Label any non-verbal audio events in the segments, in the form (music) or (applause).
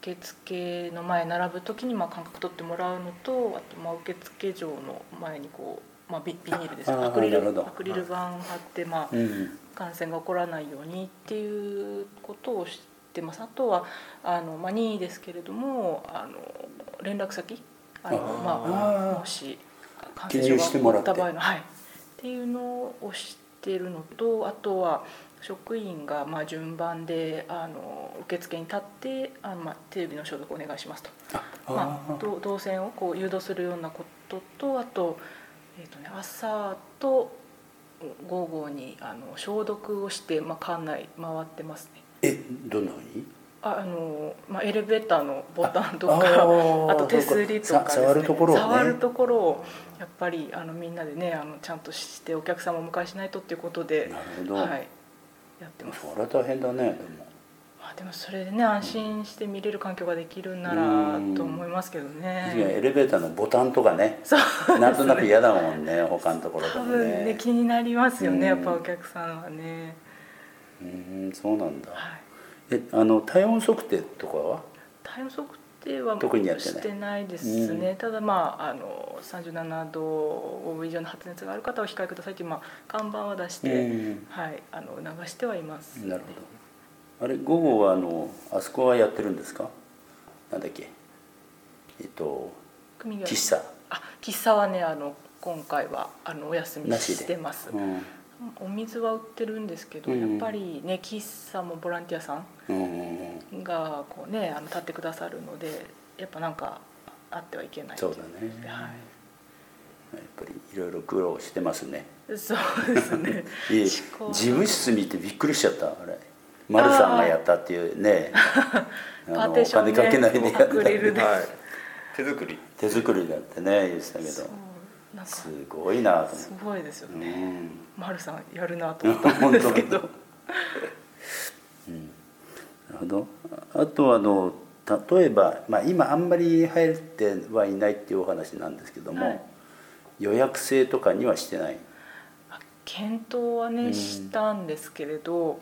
受付の前に並ぶ時にまあ間隔取ってもらうのとあとまあ受付嬢の前にこう、まあ、ビビニールですねああーアクリルなるほどアクリル板貼って、まあうん感染が起こらないようにっていうことをしってますあとはあの、まあ、任意ですけれどもあの連絡先あのあまああ、もし感染経症由がして起もこらっってた場合のはいっていうのをしてるのとあとは職員がまあ順番であの受付に立ってあの、まあ、テレビの消毒お願いしますとまあ、ど動線をこう誘導するようなこととあと,、えーとね、朝と午後にあの消毒をして、まあ、館内回ってますねえどんなふうにああの、まあ、エレベーターのボタンとあかあーと手すりとかさ触るところをね触るところをやっぱりあのみんなでねあのちゃんとしてお客様をお迎えしないとっていうことで、なるほど、はい、やってます。それは大変だねでもまあ、でもそれでね安心して見れる環境ができるならと思いますけどいやエね。レベーターのボタンとかねそうなんとなく嫌だもんね他のところで多も分ねね気になりますようんねやっぱお客さんはね、うーんそうなんだはい、えあの体温測定とかは体温測定は特にやってないしてないですね、ただまああの37度以上の発熱がある方はお控えくださいっていう、まあ、看板は出して、うんはい、あの流してはいます、なるほどあれ午後はあのあそこはやってるんですかなんだっけえっと組が喫茶あ喫茶はねあの今回はあのお休みなしでしてますうんお水は売ってるんですけど、うんやっぱりね喫茶もボランティアさんうんうんうんがこうねあの立ってくださるのでやっぱなんかあってはいけないそうだねはやっぱりいろいろ苦労してますねい、そうですねいえ思事考務室に行ってびっくりしちゃったあれ丸さんがやったっていうねあのお金かけないでやったアクリルで、はい、手作り (laughs) 手作りだってね言ってたけそうどなんかすすごいなと思ってごいですようね、んマルさんやるなと思ったんですけどなるほどああとあの例えば、まあ、今あんまり入ってはいないっていうお話なんですけども、はい予約制とかにはしてないあ検討はうねんしたんですけれど、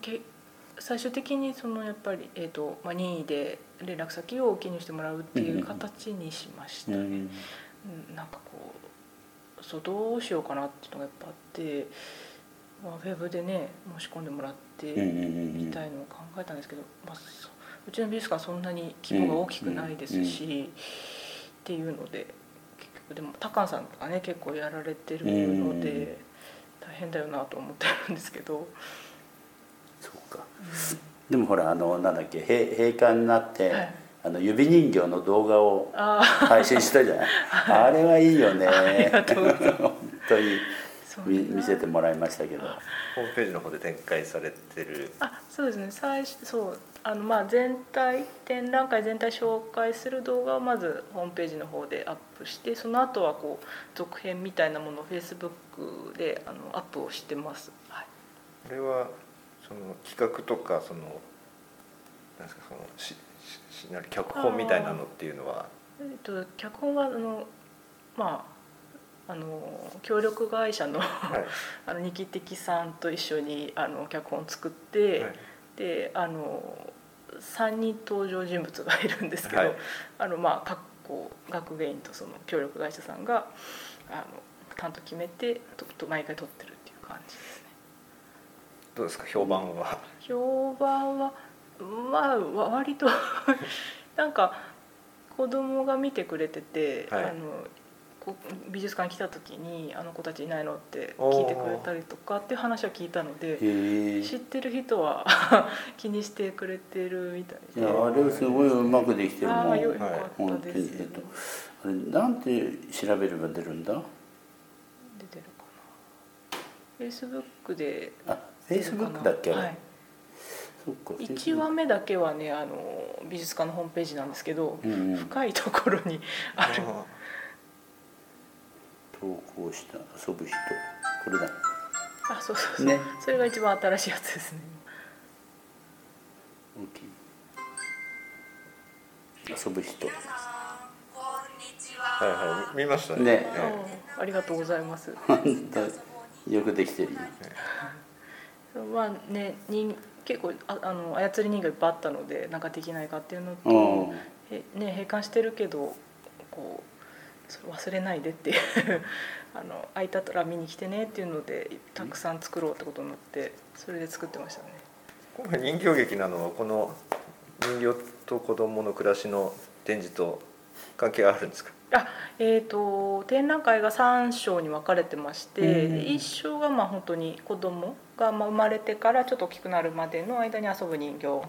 け最終的にそのやっぱり、えーとまあ、任意で連絡先を記入してもらうっていう形にしましたね。うんなんかこうそうどうしようかなっていうのがやっぱあって、まあ、ウェブでね申し込んでもらっうんうんてうんうんみたいのを考えたんですけど、まあ、そううちの美術館そんなに規模が大きくないですし、っていうので結局でも高ンさんとかね結構やられてるので、うん大変だよなと思ってるんですけど。そうか、でもほらあのなんだっけ閉閉館になって、はいあの指人形の動画をあー配信したじゃない、あれはいいよね (laughs) あ (laughs) りがとうござい本当にそみれが見せてもらいましたけどホームページの方で展開されてるあそうですね最初そうあのまあ全体展覧会全体紹介する動画をまずホームページの方でアップしてその後はこう続編みたいなものをフェイスブックであのアップをしてます、はい、これはその企画とかそのなんですかそのしししなり脚本みたいなのっていうのはえっと脚本はあのまああの協力会社のはい (laughs) あの二木的さんと一緒にあの脚本を作って、はいであの3人登場人物がいるんですけど、はいあのまあ各校学芸員とその協力会社さんがあの担当決めてとと毎回撮ってるっていう感じですね。どうですか評判は評判はまあわ割と (laughs) なんか子供が見てくれてて、はいあのこ美術館来た時に「あの子たちいないの?」って聞いてくれたりとかっていう話は聞いたので。へえ知ってる人は (laughs) 気にしてくれてるみたいいで。やあれすごいうまくできてるもあんあよよはいかった本です、当にえっとあれなんて調べれば出るんだ出てるかな。フェイスブックであフェ出イるスかブな。ックだっけ、はい。そっか一話目だけはねあの美術館のホームページなんですけど、うんうん深いところにある。あ投稿した遊ぶ人これだあそうそうそう、ねそれが一番新しいやつですね。 OK 遊ぶ人ーはいはい見ましたねねあありがとうございます。 (laughs) 本当よくできてるよまあね人結構ああの操り人形いっぱいあったのでなんかできないかっていうのと。うんへね閉館してるけどこうそれ忘れないでっていう (laughs) あの空いたら見に来てねっていうのでたくさん作ろうってことになってそれで作ってましたね今回人形劇なのはこの人形と子供の暮らしの展示と関係あるんですかあえー、と展覧会が3章に分かれてまして、うんで1章がまあ本当に子供がまあ生まれてからちょっと大きくなるまでの間に遊ぶ人形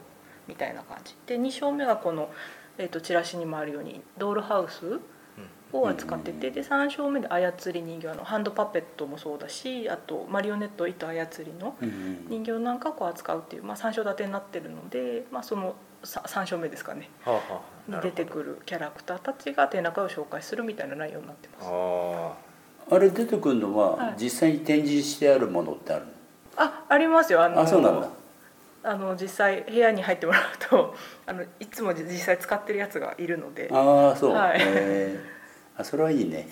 みたいな感じで2章目がこの、えー、とチラシにもあるようにドールハウスを扱ってて、うんで3章目で操り人形のハンドパペットもそうだしあとマリオネット糸操りの人形なんかをこう扱うっていう、まあ、3章立てになってるので、まあ、その 3, 章目ですかねはあはあな出るてくるキャラクターたちが展覧会を紹介するみたいな内容になってます。ほどあれ出てくるのは、はい実際に展示してあるものってあるあ、ありますよ。あののあそうなんだあの実際部屋に入ってもらうと、 (laughs) あのいつも実際使ってるやつがいるので、ああそう、はいえーあそれはいい (laughs) ね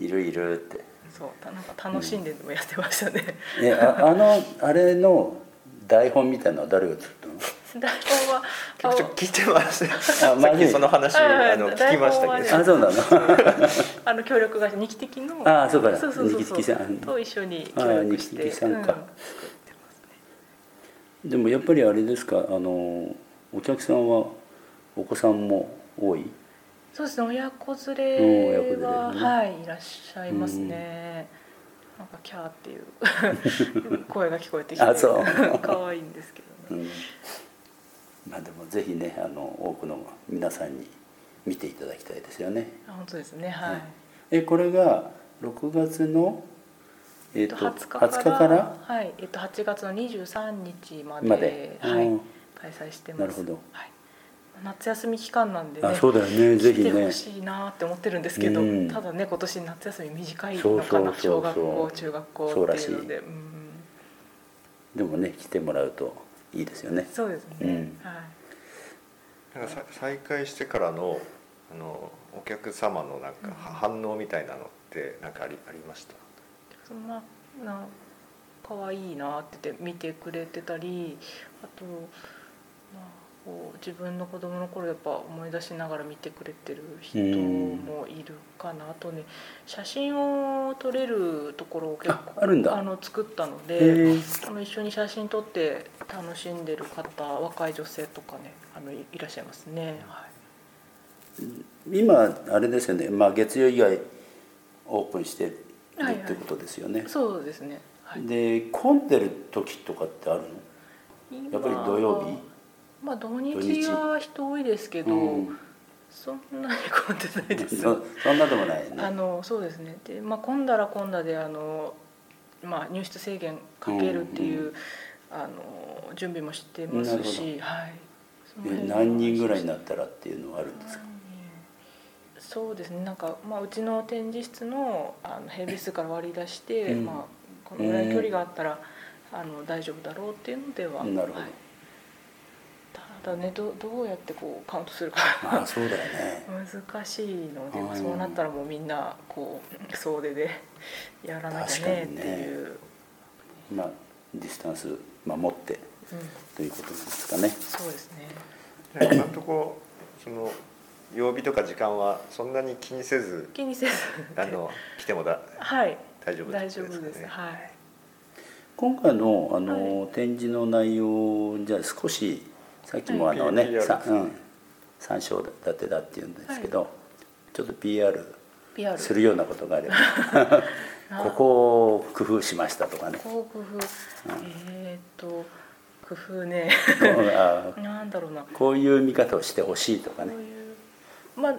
いるいるってそうなんか楽しんでもやってましたね。ねああのあれの台本みたいなのは誰が作っ (laughs) 台本はああちょっと聞いてま (laughs) したさあマっジきその話あの聞きましたけ台どたのあそうなのああの協力会社ニキテキのあそうかそうそうそうそうニキテキさんと一緒に協力してあニキテキさんかう作ってますね。でもやっぱりあれですかあのお客さんはお子さんも多いそうですね親子連うんれ親子連れねは、はいいらっしゃいますね、なんかキャーってい (laughs) う声が聞こえてきてあそう可愛いんですけうどね、んまあでもぜひねあの多くの皆さんに見ていただきたいですよねあ本当ですねはい、ねえこれが6月のええっっとと20日から20日からはいえっと、8月の23日までまではいうん開催してますなるほどはい、夏休み期間なんでねあそうだよねぜひ来てほねしいなって思ってるんですけど、うんただね今年夏休み短いのかなそうそうそうそう小学校中学校そうらっしていいうのでうんでもね来てもらうといいですよねそうですね、うんはいなんかさ再開してからのあのお客様のなんか反応みたいなのってなんかありありましたそんなな可愛いなって言って見てくれてたりあと、まあ、こう自分の子供の頃やっぱ思い出しながら見てくれてる人もいるかなあとね写真を撮れるところを結あ構あるんだあの作ったのへで。えあの一緒に写真撮って楽しんでる方若い女性とかねあのいいらっしゃいますね、はい、今あれですよね、まあ、月曜以外オープンしてるはいはいってことですよね、そうですね、はい、で混んでる時とかってあるのややっぱり土曜日まあ土日は人多いですけど、うんそんなに混んでないです。そ (laughs) そんなでもないよあねのそうですね。でまあ混んだら混んだであのまあ入室制限かけるっていう、うんうあの準備もしてますし、はい。そのえ辺は何人ぐらいになったらっていうのはあるんですか、そうですね。なんかまあうちの展示室のあのヘビ数から割り出して、うんまあこのぐらい距離があったら、あの大丈夫だろうっていうのでは、なるほど、はいただねどどうやってこうカウントするか。まあそうだよね難しいので、まあうんそうなったらもうみんなこう総出でやらなきゃねっていう、まあディスタンス守ってうん、ということなんですかねそうですねなんか今のとこその曜日とか時間はそんなに気にせず気にせずあの来てもだはい大丈夫大です丈かね夫ですはい今回のあの、展示の内容じゃあ少しさっきもあはいのね、 PR さうん、参照立てだっていうんですけど、ちょっと PR PR するようなことがあ (laughs) ればここを工夫しましたとか (laughs) ねこう工夫えー、っと工夫ねこうあなんだろうなここういう見方をしてほしいとかうねいうまあ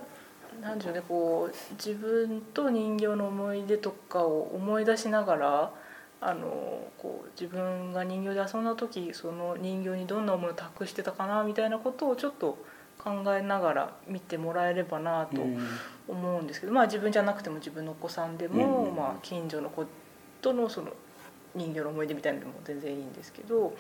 なんでしょうねこう自分と人形の思い出とかを思い出しながらあのこう自分が人形で遊んだ時その人形にどんな思いを託してたかなみたいなことをちょっと考えながら見てもらえればなとうん思うんですけど、まあ自分じゃなくても自分のお子さんでも、うんうんうんまあ、近所の子とのその人形の思い出みたいなのでも全然いいんですけど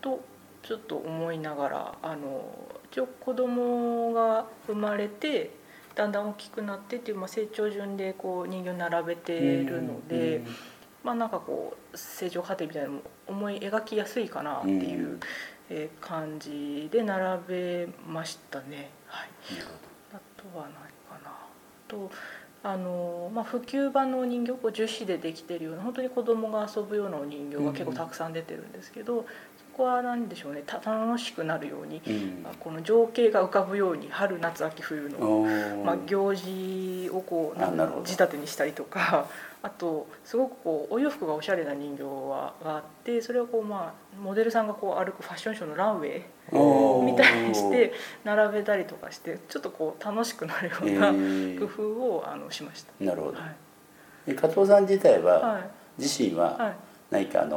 とちょっと思いながらあの一応子供が生まれてだんだん大きくなってっていう、まあ、成長順でこう人形並べてるので。まあなんかこう正常過程みたいなのも思い描きやすいかなっていう、うんえー感じで並べましたね。はい、なるほあとはないかなあとああのまあ、普及版のお人形こう樹脂でできてるような本当に子供が遊ぶようなお人形が結構たくさん出てるんですけど、そこは何でしょうねた楽しくなるように、うんまあこの情景が浮かぶように春夏秋冬の、おーまあ、行事をこうあなんなだるほどろう仕立てにしたりとか (laughs) あとすごくこうお洋服がおしゃれな人形はがあってそれをこう、まあ、モデルさんがこう歩くファッションショーのランウェイおーみたいにして並べたりとかしてちょっとこう楽しくなるよえうなー工夫をあのしました。なるほどはいで加藤さん自体は、はい自身は、はい何かあの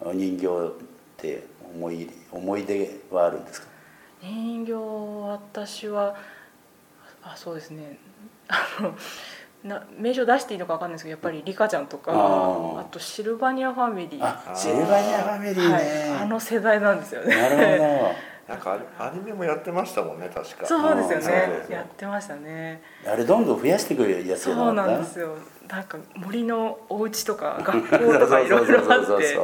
お人形って思い思い出はあるんですか人形私はあそうですねあのな名称出していいのか分かんないですけどやっぱりリカちゃんとかあーあとシルバニアファミリーああーシルバニアファミリーね、はい、あの世代なんですよねなるほなんかアニメもやってましたもんね確かそうですよそうそうそねうやってましたねど (laughs) あれどんどん増やしてくるやつそやなうな (laughs) んですよよなんか森のお家とか学校とかいろいろあって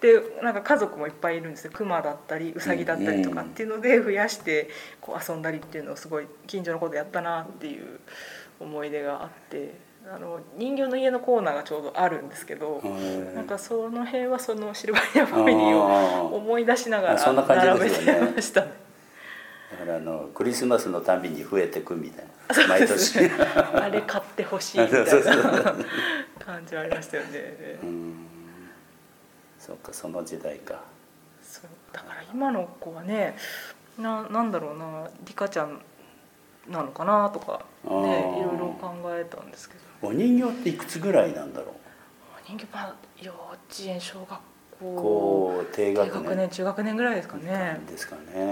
でなんか家族もいっぱいいるんですよクマだったりウサギだったりとかっていうので増やしてこう遊んだりっていうのをすごい近所のことやったなっていう思い出があってあの人形の家のコーナーがちょうどあるんですけど、なんかその辺はそのシルバニアファミリーをを思い出しながあそらんな感じ並べですよねてました、ね、だからあのクリスマスのたんびに増えてくみたいな毎年あれ買ってほしいみたいそうそうな感じはありましたよねう。んそっかその時代かそうだから今の子はねななんだろうなリカちゃんなのかなとかあーねいろいろ考えたんですけどお人形っていくつぐらいなんだろ人形まあ幼稚園小学う校こう低低学学年年中学年ぐらいですかねですかねでも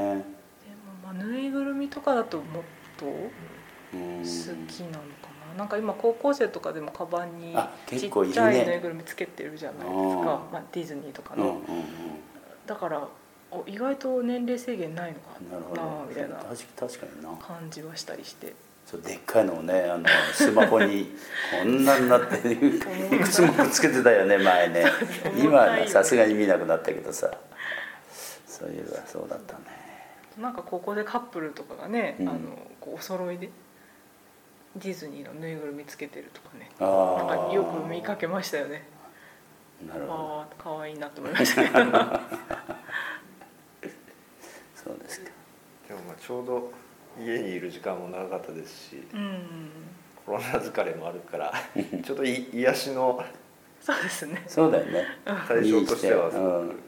まあぬいぐるみとかだともっとうん好きなのかな、なんか今高校生とかでもカバンにあち結っ構いるねちゃいぬいぐるみつけてるじゃないですかあまあ、ディズニーとかうんうの、んうんだからお意外と年齢制限ないのかなるほなどみたいな確か確かにな感じはしたりしてそうでっかいのをねあのスマホにこんなになってい (laughs) くつもくっつけてたよね前ね今重たいよはねさすがに見なくなったけどさそういえばそうだったねなんかここでカップルとかがね、うんあのこうお揃いでディズニーのぬいぐるみつけてるとかねあなんーかよく見かけましたよねなるほどああ可愛いなと思いま (laughs) したけどそうですかでもまあちょうど家にいる時間も長かったですしうんコロナ疲れもあるから (laughs) ちょっとい癒しのそうですねそうだよね対象としては見に来てうん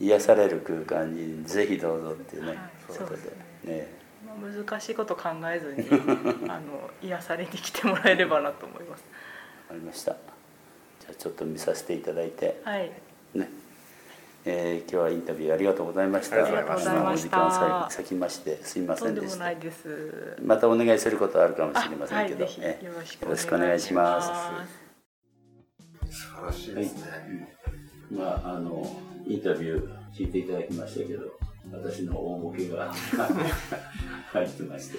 癒される空間にぜひどうぞっていうね、はいことそうでですねまあ難しいこと考えずに (laughs) あの癒されに来てもらえればなと思いますわかりましたじゃあちょっと見させていただいてはいね、えー今日はインタビューありがとうございました。ありがとうございましたあのお時間さきましてすみまとせんんででもしなたい。ですまたお願いすることはあるかもしれませんけど、あはいぜえひよろしよくろしくおお願願いいししまますす素晴らしいえはいまああのインタビュー聞いていただきましたけど、私の大ボケが (laughs) 入ってまして、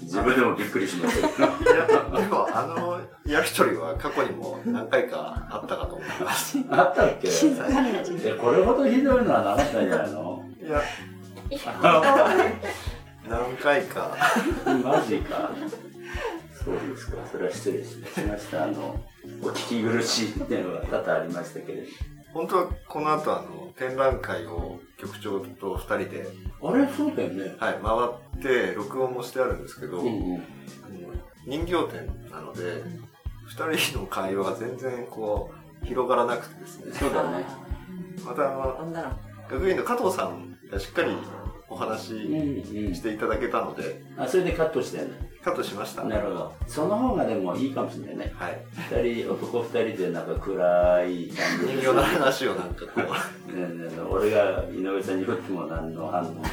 自分でもびっくりし (laughs) ましたけど。いやでもあのやり取りは過去にも何回かあったかと思います。いあったっけ？えこれほどひどいのはなかったんじゃないの？ (laughs) や何回かマジか。そうですか。それは失礼しました。あの、お聞き苦しい点は多々ありましたけれ本当はこの後あの展覧会を局長と2人で、ど。あれそうだよね。はい、回って録音もしてあるんですけど、うんうん。あの人形店なので2人の会話が全然こう広がらなくてですねそうだね。またあの女の学院の加藤さんがしっかりお話うんうししん。ていただけたのであ、それでカットしたよね。カットしました。なるほど。その方がでもいいかもしれないね。はい二人、男二人でなんか暗い感じで人形の話をなんかこうねえねえ俺が井上さんに振っても何の反応も (laughs) ないね。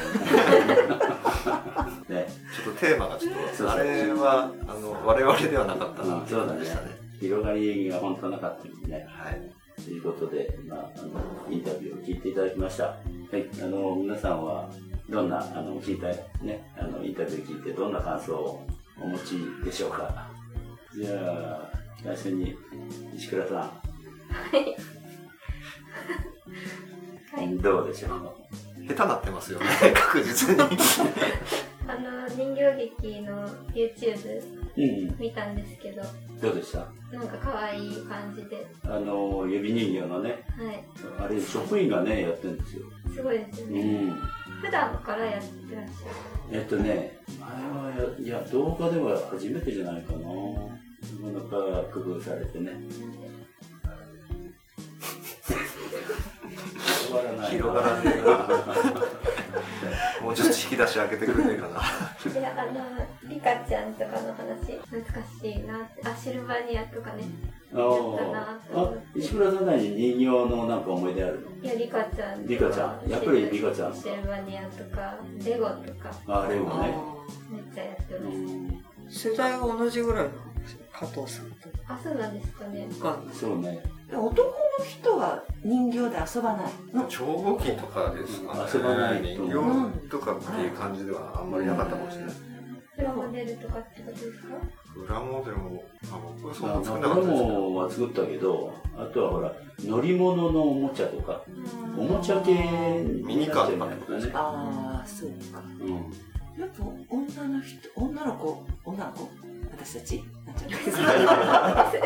ちょっとテーマがちょっそうそうとあれはあの我々ではなかったなうんそうだねでしたね広がりが本当なかったよね。はいということで、まあ、あのインタビューを聞いていただきました。はい、あの皆さんはどんなあの聞いたねあのインタビュー聞いてどんな感想をお持ちでしょうか。じゃあ最初に石倉さん、はいどうでしょう。下手なってま (laughs) すよね確実にあの人形劇の YouTube うん、見たんですけど、どうでしたなんか可愛い感じで、はあの指人形のねい、あれ職員がねやってるんですよ、すごいですようね。ん、普段からやってらっしえっとね前はやいや動画では初めてじゃないかななかなか工夫されて (laughs) ね広がらない広がらねもうちょっと引き出し開けてくれないかなゃる。いや、あの、リカちゃんとかの話、懐かしいなって。あ、シルバニアとかね。あーあ石倉さん何人形のなんか思い出あるのいや、リカちゃんとか。リカちゃんやっぱりリカちゃんかシルバニアとか、レゴとか、あレゴあねめっちゃやってます。ー世代は同じぐらいなの加藤さんとあ、そうなんですかね。かんないそうね男の人は人形で遊ばないの超合金とかですかね遊ばないと人形とかっていう感じではあんまりなかったかもしれないプラモデルとかってことですか裏モデルもあ僕はそんまあなこ作んれなかったですけどもは作ったけどあとはほら乗り物のおもちゃとかおもちゃ系ミニカーとかになっちゃうんじゃないかああそうかなうんやっぱ女の人女の子女の子私たちなんちゃって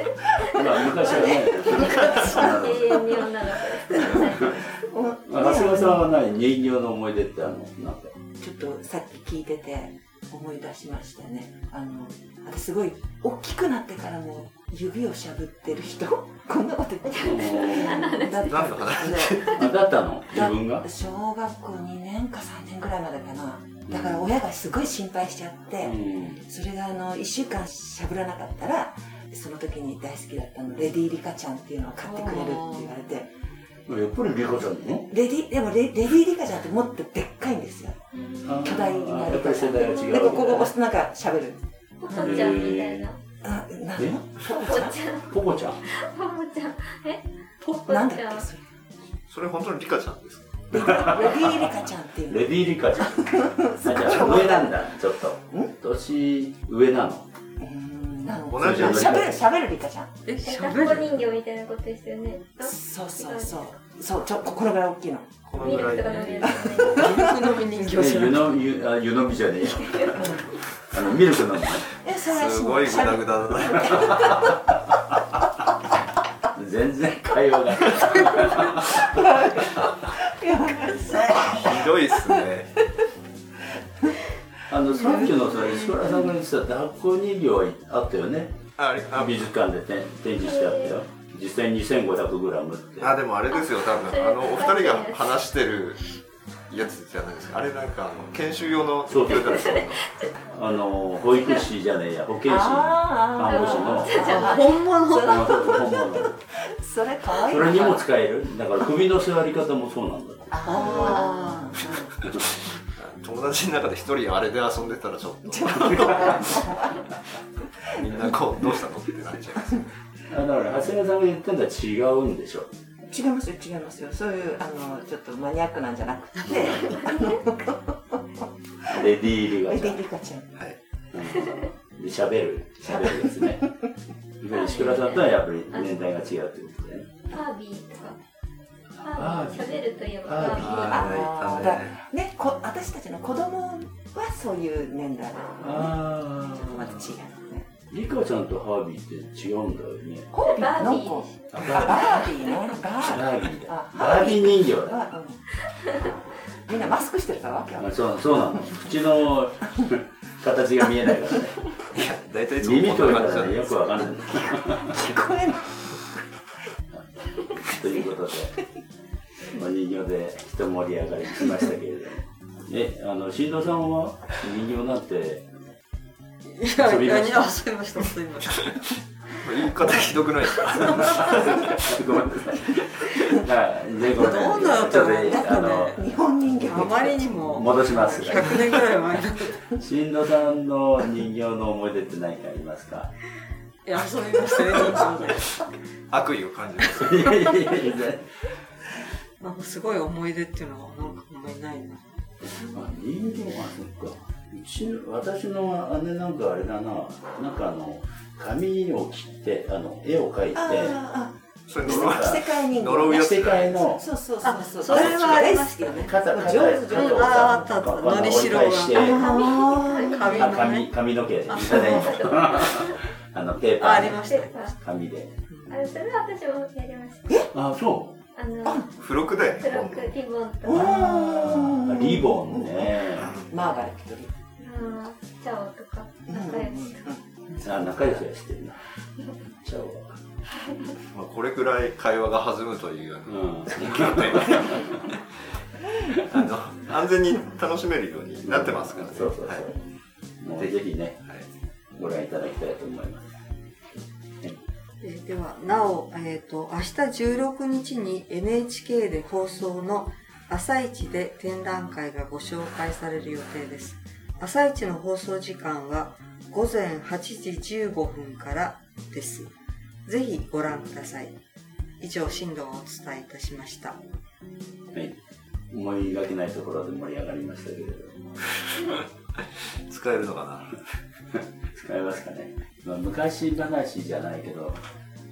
まあ昔はね永遠に女の子です。おあ長谷川さんは何人形の思い出ってあのなんかちょっとさっき聞いてて思い出しましたねあの私すごい大きくなってからも指をしゃぶってる人こんなこと言ってだった何んのですけどあだったの自分がだ小学校2年か3年ぐらいまでかなだから親がすごい心配しちゃって、うんそれがあの1週間しゃぶらなかったらその時に大好きだったのレディーリカちゃんっていうのを買ってくれるって言われてやっぱりリカちゃんねレディでもレレディーリカちゃんってもっとでっかいんですよあ巨大にーなるやっぱり世代は違うでここを押すとなんかしゃべるポコちゃんみたいな。あなえのポコちゃん、ポコちゃんポコちゃん。えポコちゃなんん。だっけそれそれ本当にリカちゃんですかレディーリカちゃんっていうのレディーリカちゃんあじゃあ上なんだちょっと年上なのうんなの同じようなしゃべるしゃべるリカちゃんええしゃべ抱っこる人形みたいなことですよね。そうそうそうそうちょこれぐらい大きいのこのミぐルクらいとか飲めるじゃ自分のみ人形じ湯ゃ (laughs) な飲くみ湯あ湯飲みじ (laughs) ゃねえよあのミルク飲むえそれはすごいグしゃダべグるダだな全然会話がひどいっすねあのさっきのそれ石原さんが言ってた抱っこ人形はあったよねあれあ美術館でて展示してあったよ実際 2500g ってあでもあれですよ多分あのお二人が話してるやつじゃないですかあれなんかあの研修用のそう教科ですよねあの保育士じゃねえや保健師あ看護師の (laughs) あ本物あ本物それ可愛いそれにも使えるだから首の座り方もそうなんだってあ友達の中で一人あれで遊んでたらちょっとみんなこうどうしたのってなっちゃいますよねあだから長谷川さんが言ってんだ違うんでしょ違いますよ違いますよそういうあのちょっとマニアックなんじゃなくてレディー・リレガちデゃィんーリカちゃんはいうんで喋る喋るです (laughs) ねで石倉さんとはやっぱり年代が違うってことだよねバービーとか。バービー、喋るといえばバービー。ああーーだいたねねこ私たちの子供はそういう年代だからねあちょっとまた違うねリカちゃんとハービーって違うんだよ (laughs) ね。コービーバーのビー子ああバービーねババーービービーだあ。バービー人形だ。あうんみんなマスクしてるからわけよあそうそうなの。口の形が見えないからね。いや大体いつ耳もことんるなか感じならんね、でよくわかんない。聞こえないということで、まあ、人形で一盛り上がりしましたけれども。え、あの、新藤さんは人形なんて、いや何を遊びましたすいません言い方ひどくないですか (laughs) ごめんなさい。はい、全国どうなのちょっだっと、あてねの、日本人形あまりにも戻します。 100年ぐらい前だっ新藤さんの人形の思い出って何かありますかたいや遊びましたねどっちも悪意を感じますいやいやいやいやなんかすごい思い出っていうのはなんかあんまりないなあ人形はそっかうちの私の姉なんかあれだななんかあの紙を切ってあの絵を描いてあーあそれ呪わ (laughs) 着せ替え人呪う形や世界のそうそうそうそうそれはありますよね肩肩上手肩をあさあったあったこう折り返して髪あの髪ね髪の毛いただいた (laughs) あのペーパああーりでましでた紙であそれは私もやりましたあそあの付録だよフロねックリボンとうおあーあリボンねマーガレットリのチャオとか仲良しとかあ仲良しはしてるなちゃうわまあこれくらい会話が弾むといううん人形展 (laughs) あの安全に楽しめるように (laughs) なってますからねそうそうそう、はいもうぜひねはいご覧いただきたいと思いますえーではなお、えー、と明日16日に NHK で放送の「朝一で展覧会がご紹介される予定です朝一の放送時間は午前8時15分からですぜひご覧ください以上進路をお伝えいたしましたはい思いがけないところで盛り上がりましたけれど使えるのかな使えますかね、まあ、昔話じゃないけど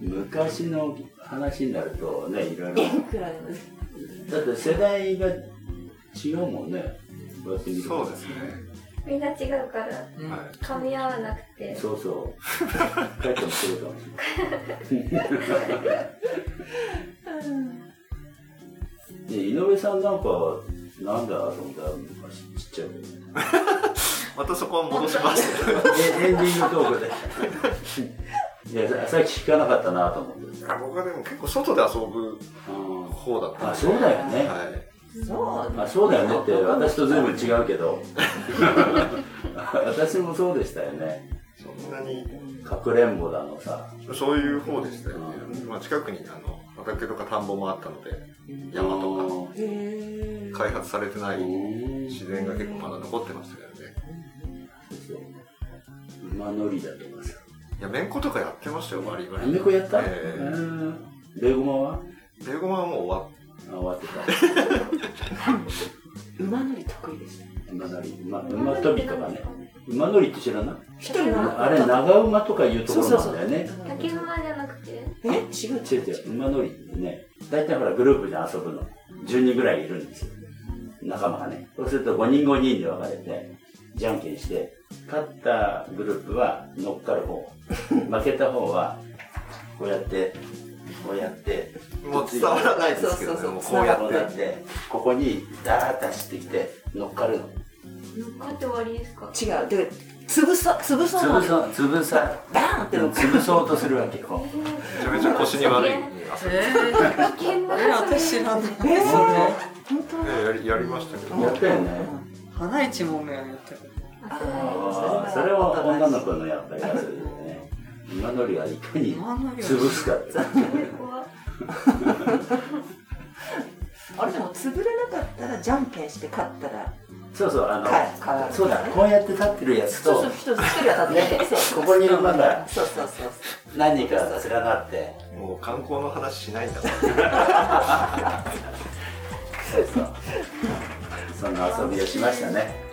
昔の話になるとねいろいろーいくらでもだって世代が違うもんねこうやって見るとそうですね、みんな違うからうんはい噛み合わなくてそうそう帰っても来るかもしれないで井上さんなんかなんだ遊んだ昔ちっちゃい頃ねまたそこは戻しますえエンディングトークでいやささっき聞かなかったなと思って僕はでも結構外で遊ぶあ方だったんあでそうだよね、はいそうあそうだよねって私と随分違うけど (laughs) 私もそうでしたよねそんなにかくれんぼだのさそういう方でしたよね、まあ、近くにあの畑とか田んぼもあったので山とかへえか開発されてないうん自然が結構まだ残ってましたよねそう馬乗りだとかさいやめんことかやってましたよバリバ何リでこうやった、ええうんベゴマはベーゴマはもう終わっあ終わって馬乗り得意でしたた馬乗り馬馬跳びとかね馬乗りって知らない一人なのあれ長馬とかいうところなんだよね竹馬じゃなくてえ違う違う違う馬乗りってね大体ほらグループで遊ぶの10人ぐらいいるんですよ仲間がねそうすると5人5人で分かれてじゃんけんして勝ったグループは乗っかる (laughs) 方負けた方はこうやってこうやってたもう伝わらないですけどねそうそうそうもうこうやこうやっっててここにダーッと走ってきて乗っかるの乗っかって終わりですか違うで潰さ潰そう潰なのそう潰さバーンっての潰そうとするわけこうめちゃめちゃ腰に悪い、ねえ危険なー、私知らないえそれ本やりやりましたけどやったよね花一門目はやってるあ (laughs) ーそれは女の子のやっぱりやつですね馬乗りはいかに馬乗りは潰すかって怖い当あれでも潰れなかったらじゃんけんして勝ったらそうそうあの、か変わるそうだこうやって立ってるやつそうとそう一人一人は立ってそうそうここにいる馬がそうそうそう何人か連なってもう観光の話しないんだからそうそうそんな遊びをしましたね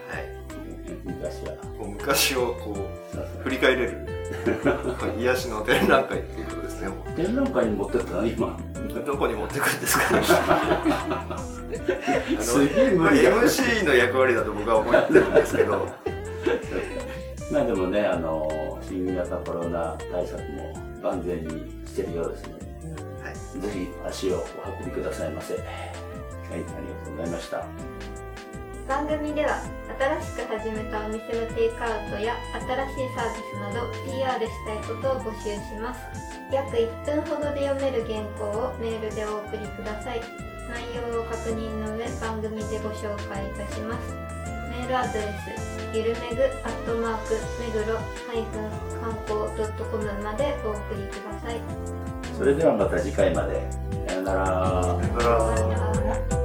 昔はもう昔をこそうう振り返れる癒しの展覧会っていうことですねもそう展覧会に持ってったの (laughs) 今うどこに持ってくんですかあのすげえ無理や MC の役割だと僕は思ってるんですけどまあでもねあの新型コロナ対策も万全にしてるようですね、ぜひ足をお運びくださいませはいありがとうございました番組では新しく始めたお店のテイクアウトや新しいサービスなど PR したいことを募集します約1分ほどで読める原稿をメールでお送りください内容を確認の上番組でご紹介いたしますメールアドレスゆるめぐアットマークめぐろ観光 .com までお送りくださいそれではまた次回までさよならだからさようなら